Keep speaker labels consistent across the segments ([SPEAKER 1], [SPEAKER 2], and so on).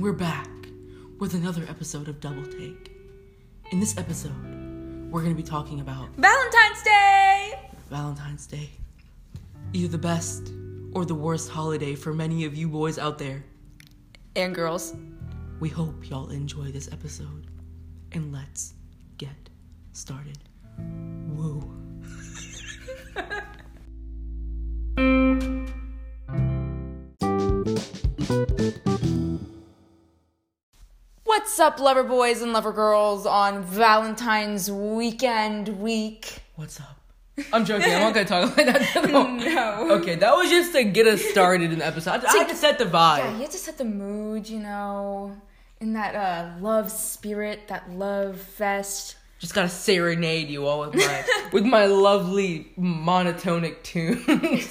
[SPEAKER 1] we're back with another episode of Double Take. In this episode, we're going to be talking about
[SPEAKER 2] Valentine's Day!
[SPEAKER 1] Valentine's Day. Either the best or the worst holiday for many of you boys out there.
[SPEAKER 2] And girls.
[SPEAKER 1] We hope y'all enjoy this episode. And let's get started. Woo.
[SPEAKER 2] What's up, lover boys and lover girls, on Valentine's weekend week?
[SPEAKER 1] What's up? I'm joking. I'm not going to talk about that.
[SPEAKER 2] No.
[SPEAKER 1] Okay, that was just to get us started in the episode. I, I had to set the
[SPEAKER 2] Yeah,
[SPEAKER 1] vibe.
[SPEAKER 2] you have to set the mood, you know, in that uh, love spirit, that love fest.
[SPEAKER 1] Just gotta serenade you all with my with my lovely monotonic tunes.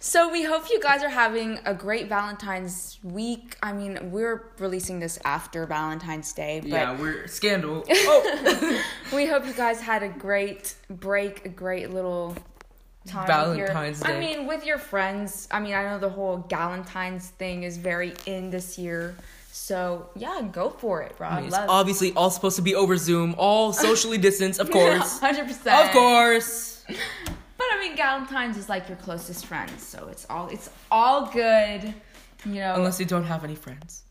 [SPEAKER 2] So we hope you guys are having a great Valentine's week. I mean, we're releasing this after Valentine's Day, but
[SPEAKER 1] yeah, we're scandal. Oh,
[SPEAKER 2] we hope you guys had a great break, a great little time
[SPEAKER 1] Valentine's
[SPEAKER 2] here.
[SPEAKER 1] Day.
[SPEAKER 2] I mean, with your friends. I mean, I know the whole Galentine's thing is very in this year. So yeah, go for it, bro. I
[SPEAKER 1] it's
[SPEAKER 2] love
[SPEAKER 1] obviously all supposed to be over Zoom, all socially distanced, of course.
[SPEAKER 2] hundred percent.
[SPEAKER 1] of course.
[SPEAKER 2] But I mean, Galentine's is like your closest friend, so it's all it's all good. You know,
[SPEAKER 1] Unless you don't have any friends.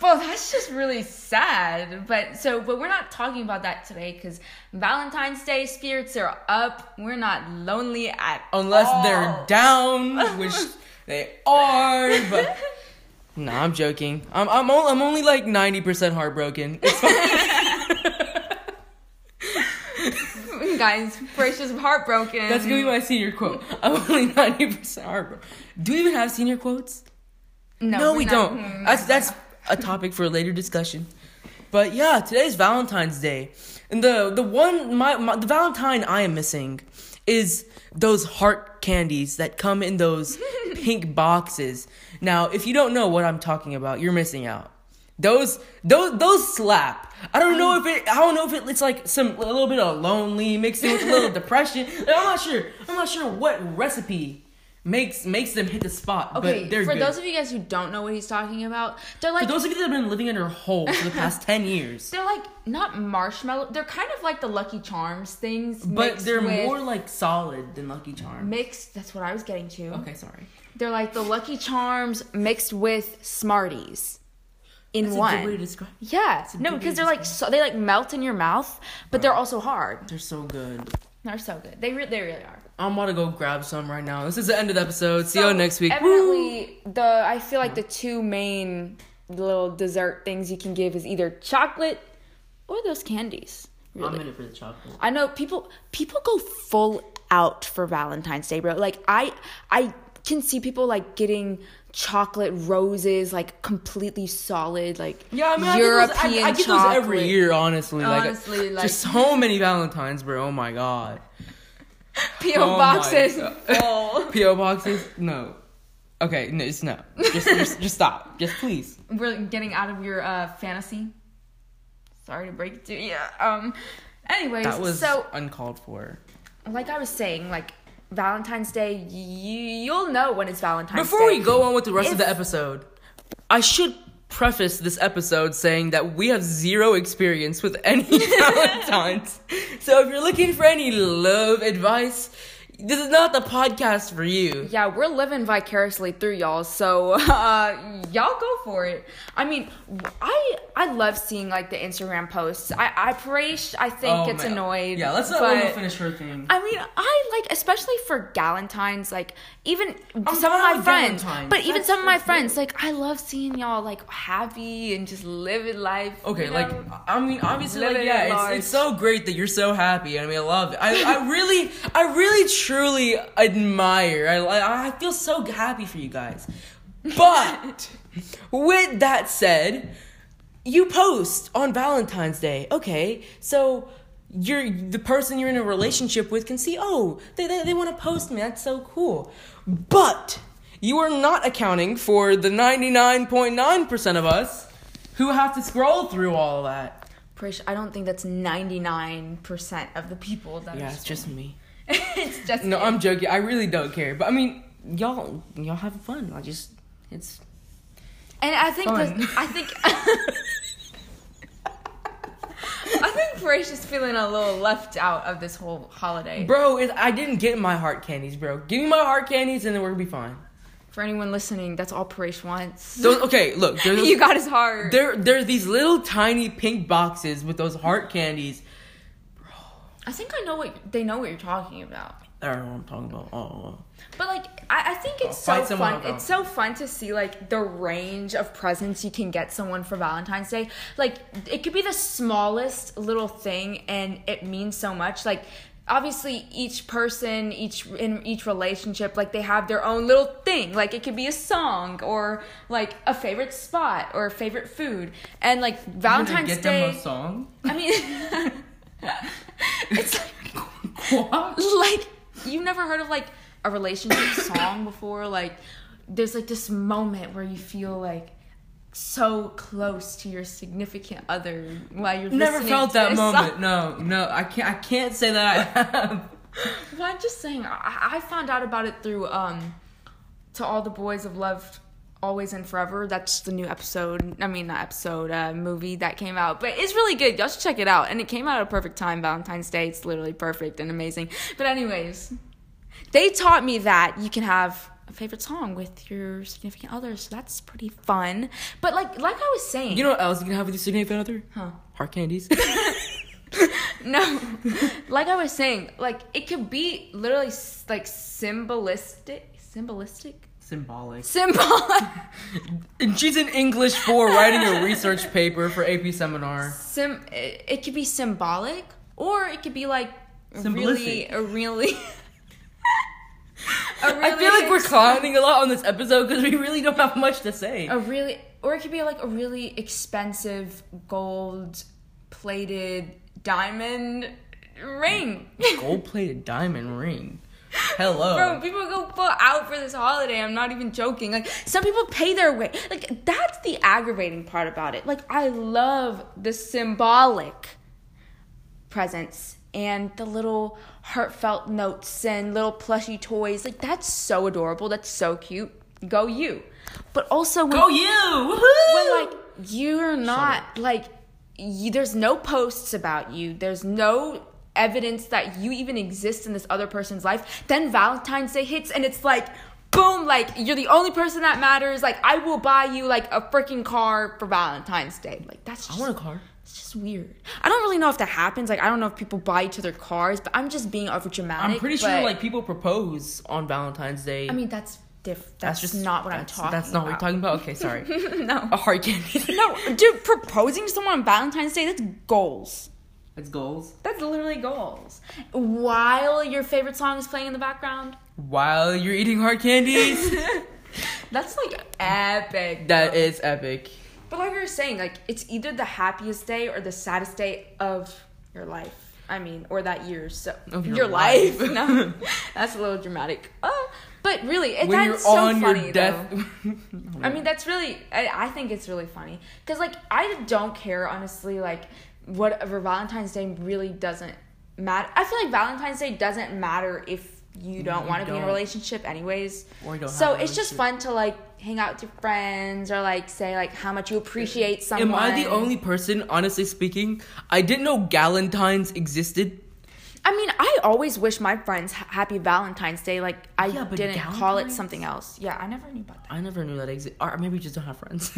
[SPEAKER 2] well, that's just really sad. But so, but we're not talking about that today because Valentine's Day spirits are up. We're not lonely at
[SPEAKER 1] Unless
[SPEAKER 2] all.
[SPEAKER 1] they're down, which they are, but Nah, I'm joking. I'm I'm only, I'm only like 90% heartbroken. It's
[SPEAKER 2] guys, Bracia's heartbroken.
[SPEAKER 1] That's gonna be my senior quote. I'm only ninety percent heartbroken. Do we even have senior quotes? No,
[SPEAKER 2] we're
[SPEAKER 1] we
[SPEAKER 2] not-
[SPEAKER 1] don't.
[SPEAKER 2] mm,
[SPEAKER 1] That's that's a topic for a later discussion. But yeah, today's Valentine's Day, and the the one my, my the Valentine I am missing is those heart candies that come in those pink boxes. Now, if you don't know what I'm talking about, you're missing out. Those those those slap. I don't
[SPEAKER 2] Mm.
[SPEAKER 1] know if it. I don't know if it, it's like some a little bit of lonely mixed in with a little depression. Like, I'm not sure. I'm not sure what recipe makes makes them hit the spot.
[SPEAKER 2] Okay,
[SPEAKER 1] but they're
[SPEAKER 2] for
[SPEAKER 1] good.
[SPEAKER 2] those of you guys who don't know what he's talking about, they're like
[SPEAKER 1] For those of you that have been living under a hole for the past 10 years,
[SPEAKER 2] they're like not marshmallow. They're kind of like the Lucky Charms things,
[SPEAKER 1] but
[SPEAKER 2] mixed
[SPEAKER 1] they're
[SPEAKER 2] with-
[SPEAKER 1] more like solid than Lucky Charms.
[SPEAKER 2] mixed. That's what I was getting to.
[SPEAKER 1] Okay, sorry.
[SPEAKER 2] They're like the Lucky Charms mixed with Smarties in
[SPEAKER 1] That's
[SPEAKER 2] one.
[SPEAKER 1] a good way to describe it.
[SPEAKER 2] yeah,
[SPEAKER 1] good
[SPEAKER 2] no,
[SPEAKER 1] way
[SPEAKER 2] because
[SPEAKER 1] to
[SPEAKER 2] they're like so, they like melt in your mouth, but they're also hard.
[SPEAKER 1] They're so good.
[SPEAKER 2] They're so good. They re- they really are.
[SPEAKER 1] I'm about to go grab some right now. This is the end of the episode. See you
[SPEAKER 2] So,
[SPEAKER 1] next week. Woo!
[SPEAKER 2] Evidently, the I feel like the two main little dessert things you can give is either chocolate or those candies.
[SPEAKER 1] I'm
[SPEAKER 2] Really,
[SPEAKER 1] in it for the chocolate.
[SPEAKER 2] I know people people go full out for Valentine's Day, bro. Like I I can see people like getting chocolate roses, like completely solid, like
[SPEAKER 1] Yeah, I mean, I get, those, I, I get those every year, honestly. Like,
[SPEAKER 2] Honestly, like-
[SPEAKER 1] there's so many Valentines, bro. Oh my god.
[SPEAKER 2] PO
[SPEAKER 1] Oh my
[SPEAKER 2] boxes
[SPEAKER 1] God.
[SPEAKER 2] full.
[SPEAKER 1] PO boxes? No. Okay, no, it's no. Just, just, just stop. Just please.
[SPEAKER 2] We're getting out of your uh, fantasy. Sorry to break it to you. Um. Anyways,
[SPEAKER 1] That was
[SPEAKER 2] so
[SPEAKER 1] uncalled for.
[SPEAKER 2] like I was saying, like Valentine's Day, you you'll know when it's Valentine's
[SPEAKER 1] Before
[SPEAKER 2] Day.
[SPEAKER 1] we go on with the rest of
[SPEAKER 2] If-
[SPEAKER 1] the episode, I should preface this episode saying that we have zero experience with any Valentines. So if you're looking for any love advice, this is not the podcast for you.
[SPEAKER 2] Yeah, we're living vicariously through y'all, so uh, y'all go for it. I mean, I I love seeing like the Instagram posts. I I Parish I think
[SPEAKER 1] Oh,
[SPEAKER 2] gets
[SPEAKER 1] man.
[SPEAKER 2] annoyed.
[SPEAKER 1] Yeah, let's let
[SPEAKER 2] but-
[SPEAKER 1] Wilma finish her thing.
[SPEAKER 2] I mean, I like especially for Galentine's, like even some of
[SPEAKER 1] fine
[SPEAKER 2] my
[SPEAKER 1] with
[SPEAKER 2] friends,
[SPEAKER 1] Oh, Galentine's.
[SPEAKER 2] but even
[SPEAKER 1] That's-
[SPEAKER 2] some of my
[SPEAKER 1] that's
[SPEAKER 2] friends, like I love seeing y'all like happy and just living life.
[SPEAKER 1] Okay,
[SPEAKER 2] you
[SPEAKER 1] like
[SPEAKER 2] know?
[SPEAKER 1] I mean, obviously,
[SPEAKER 2] Live
[SPEAKER 1] like
[SPEAKER 2] it
[SPEAKER 1] yeah,
[SPEAKER 2] large.
[SPEAKER 1] it's, it's so great that you're so happy. I mean, I love it. I, I really, I really, truly admire. I, I I feel so happy for you guys. But with that said, you post on Valentine's Day. Okay, so you're the person you're in a relationship with can see. Oh, they they, they want to post me. That's so cool. But you are not accounting for the ninety nine point nine percent of us who have to scroll through all of that.
[SPEAKER 2] Parish, I don't think that's ninety nine percent of the people that.
[SPEAKER 1] Yeah,
[SPEAKER 2] are
[SPEAKER 1] it's just me.
[SPEAKER 2] it's just
[SPEAKER 1] No,
[SPEAKER 2] you.
[SPEAKER 1] I'm joking. I really don't care. But I mean, y'all y'all have fun. I just it's
[SPEAKER 2] And I think
[SPEAKER 1] Fun.
[SPEAKER 2] this- I think I think Parrish is feeling a little left out of this whole holiday.
[SPEAKER 1] Bro, it, I didn't get my heart candies, bro. Give me my heart candies and then we're gonna be fine.
[SPEAKER 2] For anyone listening, that's all Parrish wants.
[SPEAKER 1] Those, okay, look. There's,
[SPEAKER 2] you got his heart.
[SPEAKER 1] there, there's these little tiny pink boxes with those heart candies.
[SPEAKER 2] I think I know what they know what you're talking about.
[SPEAKER 1] I don't know what I'm talking about. Oh,
[SPEAKER 2] But like I, I think it's
[SPEAKER 1] I'll
[SPEAKER 2] so
[SPEAKER 1] find someone
[SPEAKER 2] fun.
[SPEAKER 1] I'll go.
[SPEAKER 2] It's so fun to see like the range of presents you can get someone for Valentine's Day. Like it could be the smallest little thing and it means so much. Like obviously each person, each in each relationship, like they have their own little thing. Like it could be a song or like a favorite spot or favorite food. And like
[SPEAKER 1] I'm gonna
[SPEAKER 2] Valentine's
[SPEAKER 1] get
[SPEAKER 2] Day
[SPEAKER 1] them a song.
[SPEAKER 2] I mean it's like
[SPEAKER 1] What?
[SPEAKER 2] like you've never heard of like a relationship song before like there's like this moment where you feel like so close to your significant other while you're
[SPEAKER 1] Never
[SPEAKER 2] listening
[SPEAKER 1] felt
[SPEAKER 2] to
[SPEAKER 1] that
[SPEAKER 2] this song.
[SPEAKER 1] moment. No, no, I can't. I can't say that I have.
[SPEAKER 2] Well, I'm just saying, I, I found out about it through um, to all the boys of love, always and forever. That's the new episode. I mean, not episode, uh, movie that came out, but it's really good. Y'all should check it out. And it came out at a perfect time, Valentine's Day. It's literally perfect and amazing. But anyways, they taught me that you can have a favorite song with your significant other, so that's pretty fun. But like, like I was saying,
[SPEAKER 1] You know what else you can have with your significant other?
[SPEAKER 2] Huh.
[SPEAKER 1] Heart candies.
[SPEAKER 2] No, like I was saying, like it could be literally s- like symbolistic, symbolistic,
[SPEAKER 1] Symbolic.
[SPEAKER 2] symbolic,
[SPEAKER 1] And she's in English for writing a research paper for AP seminar.
[SPEAKER 2] sim. It, it could be symbolic, or it could be like really,
[SPEAKER 1] Symbolistic.
[SPEAKER 2] a really. a
[SPEAKER 1] I feel like we're
[SPEAKER 2] ex-
[SPEAKER 1] clowning a lot on this episode because we really don't have much to say.
[SPEAKER 2] a really, or it could be like a really expensive gold plated diamond ring.
[SPEAKER 1] Gold plated diamond ring. Hello.
[SPEAKER 2] Bro, people go full out for this holiday. I'm not even joking. Like some people pay their way. Like that's the aggravating part about it. Like I love the symbolic presents and the little heartfelt notes and little plushy toys. Like that's so adorable. That's so cute. Go you. But also when
[SPEAKER 1] Go Oh, you! Woohoo!
[SPEAKER 2] when like you're not like you, there's no posts about you there's no evidence that you even exist in this other person's life then valentine's day hits and it's like boom like you're the only person that matters like i will buy you like a freaking car for valentine's day like that's
[SPEAKER 1] I
[SPEAKER 2] just,
[SPEAKER 1] want a car.
[SPEAKER 2] it's just weird i don't really know if that happens like i don't know if people buy each other cars but i'm just being over dramatic
[SPEAKER 1] I'm pretty sure
[SPEAKER 2] but-
[SPEAKER 1] like people propose on Valentine's Day.
[SPEAKER 2] i mean that's diff-
[SPEAKER 1] that's
[SPEAKER 2] that's, just not what i'm
[SPEAKER 1] that's-
[SPEAKER 2] talking
[SPEAKER 1] That's not what
[SPEAKER 2] about.
[SPEAKER 1] we're talking about. Okay, sorry.
[SPEAKER 2] no
[SPEAKER 1] a heart candy.
[SPEAKER 2] No, dude, proposing to someone on Valentine's Day, that's goals.
[SPEAKER 1] That's goals.
[SPEAKER 2] That's literally goals. While your favorite song is playing in the background,
[SPEAKER 1] While you're eating hard candies,
[SPEAKER 2] that's like epic.
[SPEAKER 1] that is epic.
[SPEAKER 2] But like you were saying, like it's either the happiest day or the saddest day of your life. I mean, or that year. So
[SPEAKER 1] Of your
[SPEAKER 2] your, life.
[SPEAKER 1] life.
[SPEAKER 2] no, that's a little dramatic. Uh, but really, it,
[SPEAKER 1] When
[SPEAKER 2] that's
[SPEAKER 1] you're
[SPEAKER 2] so
[SPEAKER 1] on
[SPEAKER 2] funny
[SPEAKER 1] your
[SPEAKER 2] though.
[SPEAKER 1] death.
[SPEAKER 2] I mean, that's really, I, I think it's really funny. Because, like, I don't care, honestly, like, whatever Valentine's Day really doesn't matter. I feel like Valentine's Day doesn't matter if you don't
[SPEAKER 1] You
[SPEAKER 2] want to be in a
[SPEAKER 1] don't.
[SPEAKER 2] relationship, anyways.
[SPEAKER 1] Or you don't
[SPEAKER 2] so
[SPEAKER 1] have a
[SPEAKER 2] it's just fun to, like, hang out with your friends or, like, say, like, how much you appreciate someone.
[SPEAKER 1] Am I the only person, honestly speaking? I didn't know Galentine's existed.
[SPEAKER 2] I mean, I always wish my friends ha- happy Valentine's Day. Like, I
[SPEAKER 1] Yeah, but
[SPEAKER 2] didn't call it
[SPEAKER 1] Galentine's?
[SPEAKER 2] something else. Yeah, I never knew about that.
[SPEAKER 1] I never knew that existed. Or maybe we just don't have friends.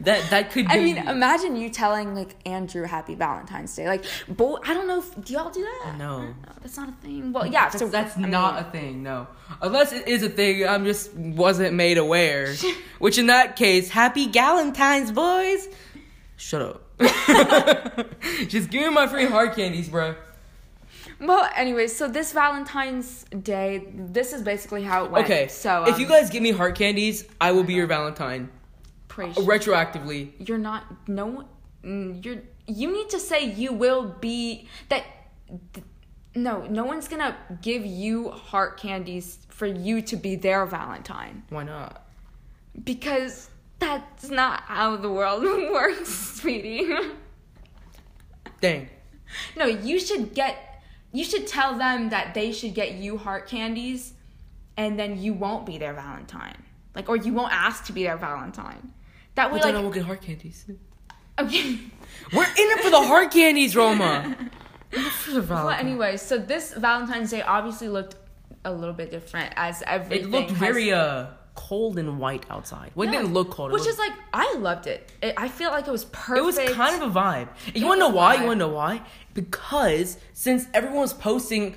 [SPEAKER 1] that that could be.
[SPEAKER 2] I mean, um, imagine you telling like Andrew Happy Valentine's Day. Like, bo- I don't know. If, do y'all do that?
[SPEAKER 1] No.
[SPEAKER 2] I don't know. that's not a thing. Well, yeah.
[SPEAKER 1] that's,
[SPEAKER 2] so
[SPEAKER 1] that's
[SPEAKER 2] I mean,
[SPEAKER 1] not a thing. No, unless it is a thing. I'm just wasn't made aware. Which in that case, happy Galentine's, boys. Shut up. just give me my free hard candies, bro.
[SPEAKER 2] well, anyways, so this Valentine's Day, this is basically how it went.
[SPEAKER 1] Okay,
[SPEAKER 2] So um,
[SPEAKER 1] if you guys give me heart candies, I will be your Valentine
[SPEAKER 2] praise
[SPEAKER 1] retroactively.
[SPEAKER 2] you're not. No, one- mm, you're. You need to say you will be that. th- No, no one's gonna give you heart candies for you to be their Valentine.
[SPEAKER 1] Why not?
[SPEAKER 2] Because that's not how the world works, sweetie.
[SPEAKER 1] Dang.
[SPEAKER 2] No, you should get you should tell them that they should get you heart candies and then you won't be their Valentine. Like or you won't ask to be their Valentine. That way,
[SPEAKER 1] Hold
[SPEAKER 2] like,
[SPEAKER 1] on, I will get hard candies.
[SPEAKER 2] okay.
[SPEAKER 1] We're in it for the hard candies, Roma.
[SPEAKER 2] Well, anyway, so this Valentine's Day obviously looked a little bit different as everything.
[SPEAKER 1] It looked
[SPEAKER 2] has-
[SPEAKER 1] very uh cold and white outside. Well, it
[SPEAKER 2] Yeah.
[SPEAKER 1] didn't look cold.
[SPEAKER 2] Which
[SPEAKER 1] it
[SPEAKER 2] is like I loved it. it I feel like it was perfect.
[SPEAKER 1] It was kind of a vibe. You
[SPEAKER 2] It
[SPEAKER 1] want to know
[SPEAKER 2] was a
[SPEAKER 1] why?
[SPEAKER 2] vibe.
[SPEAKER 1] You want to know why? Because since everyone was posting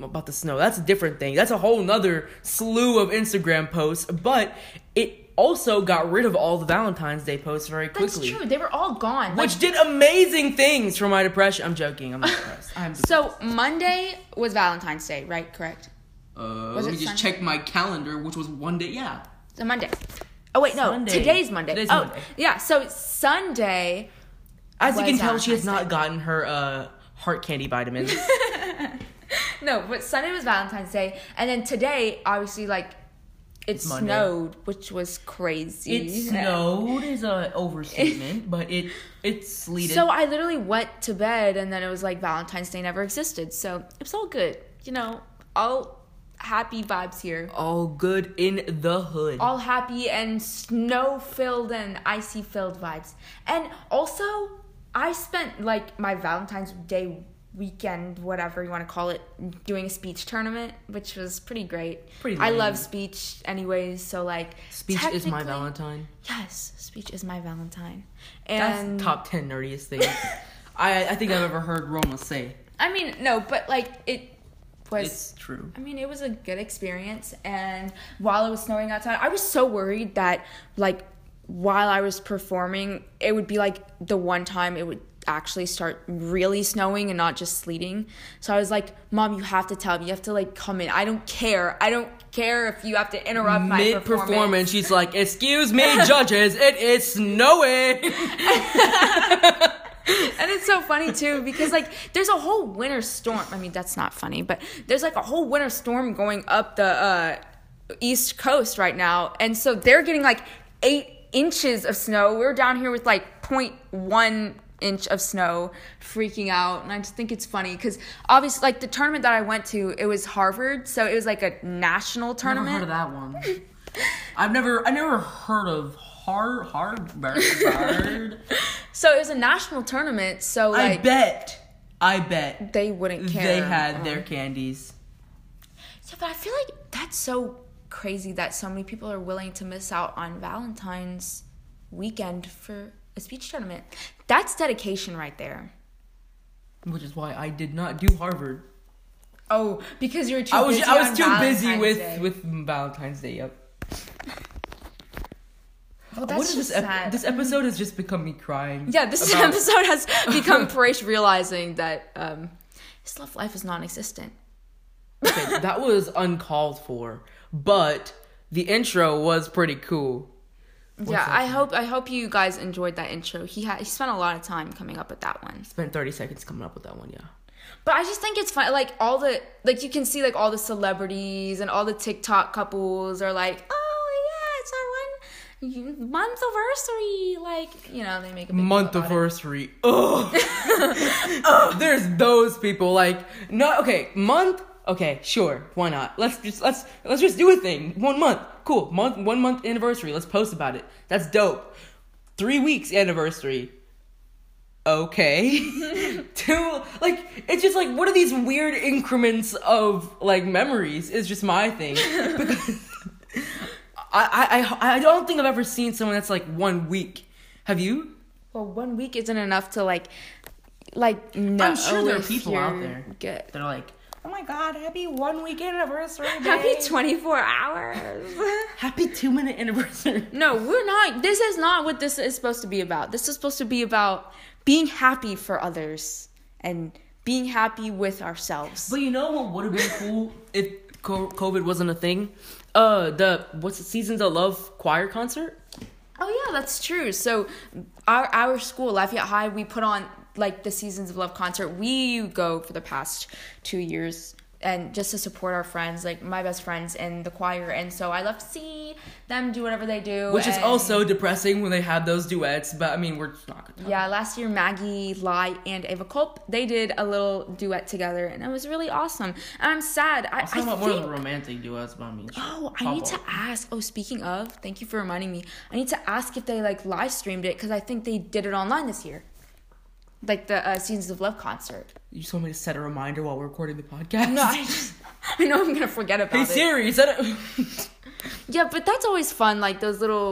[SPEAKER 1] about the snow, that's a different thing. That's a whole nother slew of Instagram posts. But it also got rid of all the Valentine's Day posts very
[SPEAKER 2] That's
[SPEAKER 1] quickly,
[SPEAKER 2] true. They were all gone. Like,
[SPEAKER 1] which did amazing things for my depression. I'm joking. I'm not depressed. I'm
[SPEAKER 2] so Monday was Valentine's Day, right? Correct.
[SPEAKER 1] Uh,
[SPEAKER 2] Was let it me just Sunday?
[SPEAKER 1] my calendar, which was one day. Yeah.
[SPEAKER 2] So Monday. Oh wait, no.
[SPEAKER 1] Sunday.
[SPEAKER 2] Today's Monday.
[SPEAKER 1] Today's
[SPEAKER 2] oh,
[SPEAKER 1] Monday.
[SPEAKER 2] yeah. So Sunday.
[SPEAKER 1] As you
[SPEAKER 2] Was
[SPEAKER 1] can tell, she has not
[SPEAKER 2] Valentine's
[SPEAKER 1] gotten her uh, heart candy vitamins.
[SPEAKER 2] No, but Sunday was Valentine's Day, and then today, obviously, like it
[SPEAKER 1] It's Monday.
[SPEAKER 2] snowed, which was crazy.
[SPEAKER 1] It snowed is a overstatement, but it it sleeted.
[SPEAKER 2] So I literally went to bed, and then it was like Valentine's Day never existed. So it was all good, you know, all happy vibes here,
[SPEAKER 1] all good in the hood.
[SPEAKER 2] all happy and snow filled and icy filled vibes. And also, I spent like my Valentine's Day weekend, whatever you want to call it, doing a speech tournament, which was pretty great.
[SPEAKER 1] Pretty
[SPEAKER 2] I
[SPEAKER 1] lame.
[SPEAKER 2] love speech, anyways. So like,
[SPEAKER 1] Speech is my
[SPEAKER 2] technically-
[SPEAKER 1] Valentine.
[SPEAKER 2] Yes, speech is my Valentine,
[SPEAKER 1] That's
[SPEAKER 2] and
[SPEAKER 1] top ten nerdiest thing I I think I've ever heard Roma say.
[SPEAKER 2] I mean, no, but like it was.
[SPEAKER 1] It's true.
[SPEAKER 2] I mean, it was a good experience. And while it was snowing outside, I was so worried that, like, while I was performing, it would be like the one time it would actually start really snowing and not just sleeting. So I was like, Mom, you have to tell me. You have to, like, come in. I don't care. I don't care if you have to interrupt my
[SPEAKER 1] Mid
[SPEAKER 2] performance.
[SPEAKER 1] performance, she's like, "Excuse me, judges, it is snowing."
[SPEAKER 2] and it's so funny too because like there's a whole winter storm. I mean that's not funny, but there's like a whole winter storm going up the uh, east coast right now, and so they're getting like eight inches of snow. We're down here with like 0.1 inch of snow freaking out and i just think it's funny because obviously like the tournament that i went to it was harvard so it was like a national
[SPEAKER 1] Never
[SPEAKER 2] tournament
[SPEAKER 1] heard of that one. I've never I never heard of hard hard hard.
[SPEAKER 2] so it was a national tournament so
[SPEAKER 1] I
[SPEAKER 2] like
[SPEAKER 1] bet. I bet
[SPEAKER 2] they wouldn't care
[SPEAKER 1] they
[SPEAKER 2] uh-huh.
[SPEAKER 1] had their candies.
[SPEAKER 2] Yeah, but I feel like that's so crazy that so many people are willing to miss out on Valentine's weekend for a speech tournament. That's dedication right there.
[SPEAKER 1] Which is why I did not do Harvard.
[SPEAKER 2] Oh, because you were too
[SPEAKER 1] I was
[SPEAKER 2] busy.
[SPEAKER 1] I
[SPEAKER 2] on
[SPEAKER 1] was too busy
[SPEAKER 2] Valentine's
[SPEAKER 1] with
[SPEAKER 2] Day.
[SPEAKER 1] with Valentine's Day. Yep.
[SPEAKER 2] Well, that's
[SPEAKER 1] what is
[SPEAKER 2] just
[SPEAKER 1] this? ep-
[SPEAKER 2] sad. Mm-hmm.
[SPEAKER 1] This episode has just become me crying.
[SPEAKER 2] yeah, this
[SPEAKER 1] about-
[SPEAKER 2] episode has become Paresh realizing that um, his love life is non existent.
[SPEAKER 1] Okay, that was uncalled for, but the intro was pretty cool.
[SPEAKER 2] Yeah, I hope I hope you guys enjoyed that intro. He had he spent a lot of time coming up with that one.
[SPEAKER 1] Spent thirty seconds coming up with that one. Yeah.
[SPEAKER 2] But I just think it's fun. Like all the like you can see like all the celebrities and all the TikTok couples are like, oh yeah, it's our one month anniversary. Like you know they make a big
[SPEAKER 1] Month
[SPEAKER 2] deal about it.
[SPEAKER 1] anniversary. Ugh. Ugh. There's those people like no. Okay, month. Okay, sure. Why not? Let's just let's let's just do a thing. One month. Cool. Month. One month anniversary. Let's post about it. That's dope. Three weeks anniversary. okay two like it's just like what are these weird increments of like memories is just my thing because I, I i i don't think i've ever seen someone that's like one week have you
[SPEAKER 2] Well, one week isn't enough to like like. No,
[SPEAKER 1] i'm sure there are
[SPEAKER 2] if
[SPEAKER 1] people out
[SPEAKER 2] you're
[SPEAKER 1] there
[SPEAKER 2] Good.
[SPEAKER 1] that are like oh my god happy one week anniversary day.
[SPEAKER 2] Happy 24 hours.
[SPEAKER 1] happy two minute anniversary
[SPEAKER 2] No, we're not. This is not what this is supposed to be about. This is supposed to be about being happy for others and being happy with ourselves.
[SPEAKER 1] But you know what would have been cool if co- COVID wasn't a thing? Uh, the what's the Seasons of Love choir concert?
[SPEAKER 2] Oh yeah, that's true. So our our school, Lafayette High, we put on like the Seasons of Love concert. We go for the past two years. and just to support our friends, like my best friends in the choir. And so I love to see them do whatever they do.
[SPEAKER 1] Which is
[SPEAKER 2] and-
[SPEAKER 1] also depressing when they have those duets, but I mean, we're not gonna talk
[SPEAKER 2] yeah, last year Maggie Lai and Ava Culp they did a little duet together, and it was really awesome. And I'm sad. I,
[SPEAKER 1] Let's talk
[SPEAKER 2] I
[SPEAKER 1] about
[SPEAKER 2] think,
[SPEAKER 1] more of the romantic duets, but I mean,
[SPEAKER 2] Oh, I need to
[SPEAKER 1] couple.
[SPEAKER 2] ask. Oh, speaking of, thank you for reminding me. I need to ask if they like live streamed it because I think they did it online this year, like the uh, Seasons of Love concert.
[SPEAKER 1] You just want me to set a reminder while we're recording the podcast?
[SPEAKER 2] No, I just I know I'm gonna forget about
[SPEAKER 1] Hey
[SPEAKER 2] it.
[SPEAKER 1] Siri, set a-
[SPEAKER 2] Yeah, but that's always fun. Like those little,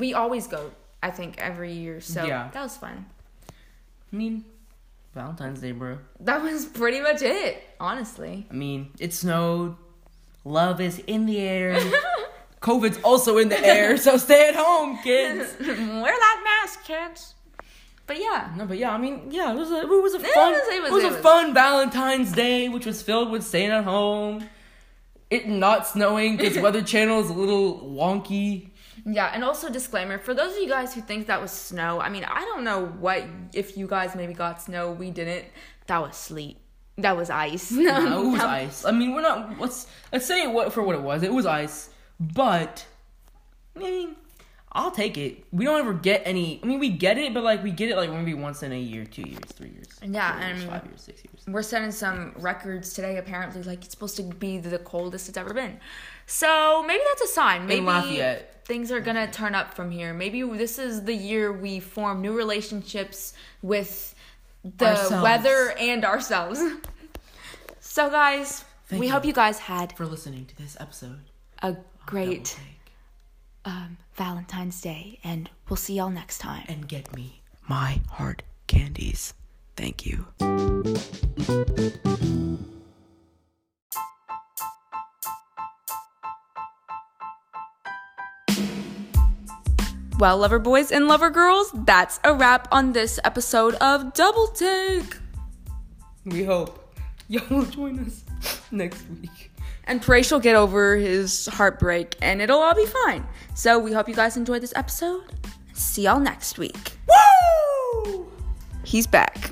[SPEAKER 2] we always go. I think every year. So
[SPEAKER 1] Yeah.
[SPEAKER 2] that was fun.
[SPEAKER 1] I mean, Valentine's Day, bro.
[SPEAKER 2] That was pretty much it, honestly.
[SPEAKER 1] I mean, it snowed. Love is in the air. COVID's also in the air, so stay at home, kids.
[SPEAKER 2] Wear that mask, kids. But yeah,
[SPEAKER 1] No, but yeah, I mean, yeah, it was a, it was a
[SPEAKER 2] It
[SPEAKER 1] fun,
[SPEAKER 2] was-
[SPEAKER 1] it was, a fun Valentine's Day, which was filled with staying at home, it not snowing because Weather Channel is a little wonky.
[SPEAKER 2] yeah, and also disclaimer for those of you guys who think that was snow. I mean, I don't know what if you guys maybe got snow. We didn't. That was sleet. That was ice. No,
[SPEAKER 1] No, it was ice. I mean, we're not. Let's let's say what for what it was. It was ice, but I mean, I'll take it. We don't ever get any. I mean, we get it, but like we get it like maybe once in a year, two years, three years,
[SPEAKER 2] Yeah,
[SPEAKER 1] four years,
[SPEAKER 2] and-
[SPEAKER 1] five years, six years.
[SPEAKER 2] We're setting some records today. Apparently, like it's supposed to be the coldest it's ever been. So maybe that's a sign. Maybe
[SPEAKER 1] Lafayette.
[SPEAKER 2] things are gonna turn up from here. Maybe this is the year we form new relationships with the
[SPEAKER 1] Ourselves.
[SPEAKER 2] weather and ourselves. so, guys,
[SPEAKER 1] Thank
[SPEAKER 2] we
[SPEAKER 1] you. Oh,
[SPEAKER 2] hope you guys had
[SPEAKER 1] For listening to this episode,
[SPEAKER 2] a
[SPEAKER 1] Double
[SPEAKER 2] great
[SPEAKER 1] take.
[SPEAKER 2] um, Valentine's Day, and we'll see y'all next time.
[SPEAKER 1] and get me my hard candies. Thank you.
[SPEAKER 2] Well, lover boys and lover girls, that's a wrap on this episode of Double Take.
[SPEAKER 1] We hope y'all will join us next week.
[SPEAKER 2] And Paresh will get over his heartbreak and it'll all be fine. So we hope you guys enjoyed this episode. See y'all next week.
[SPEAKER 1] Woo!
[SPEAKER 2] He's back.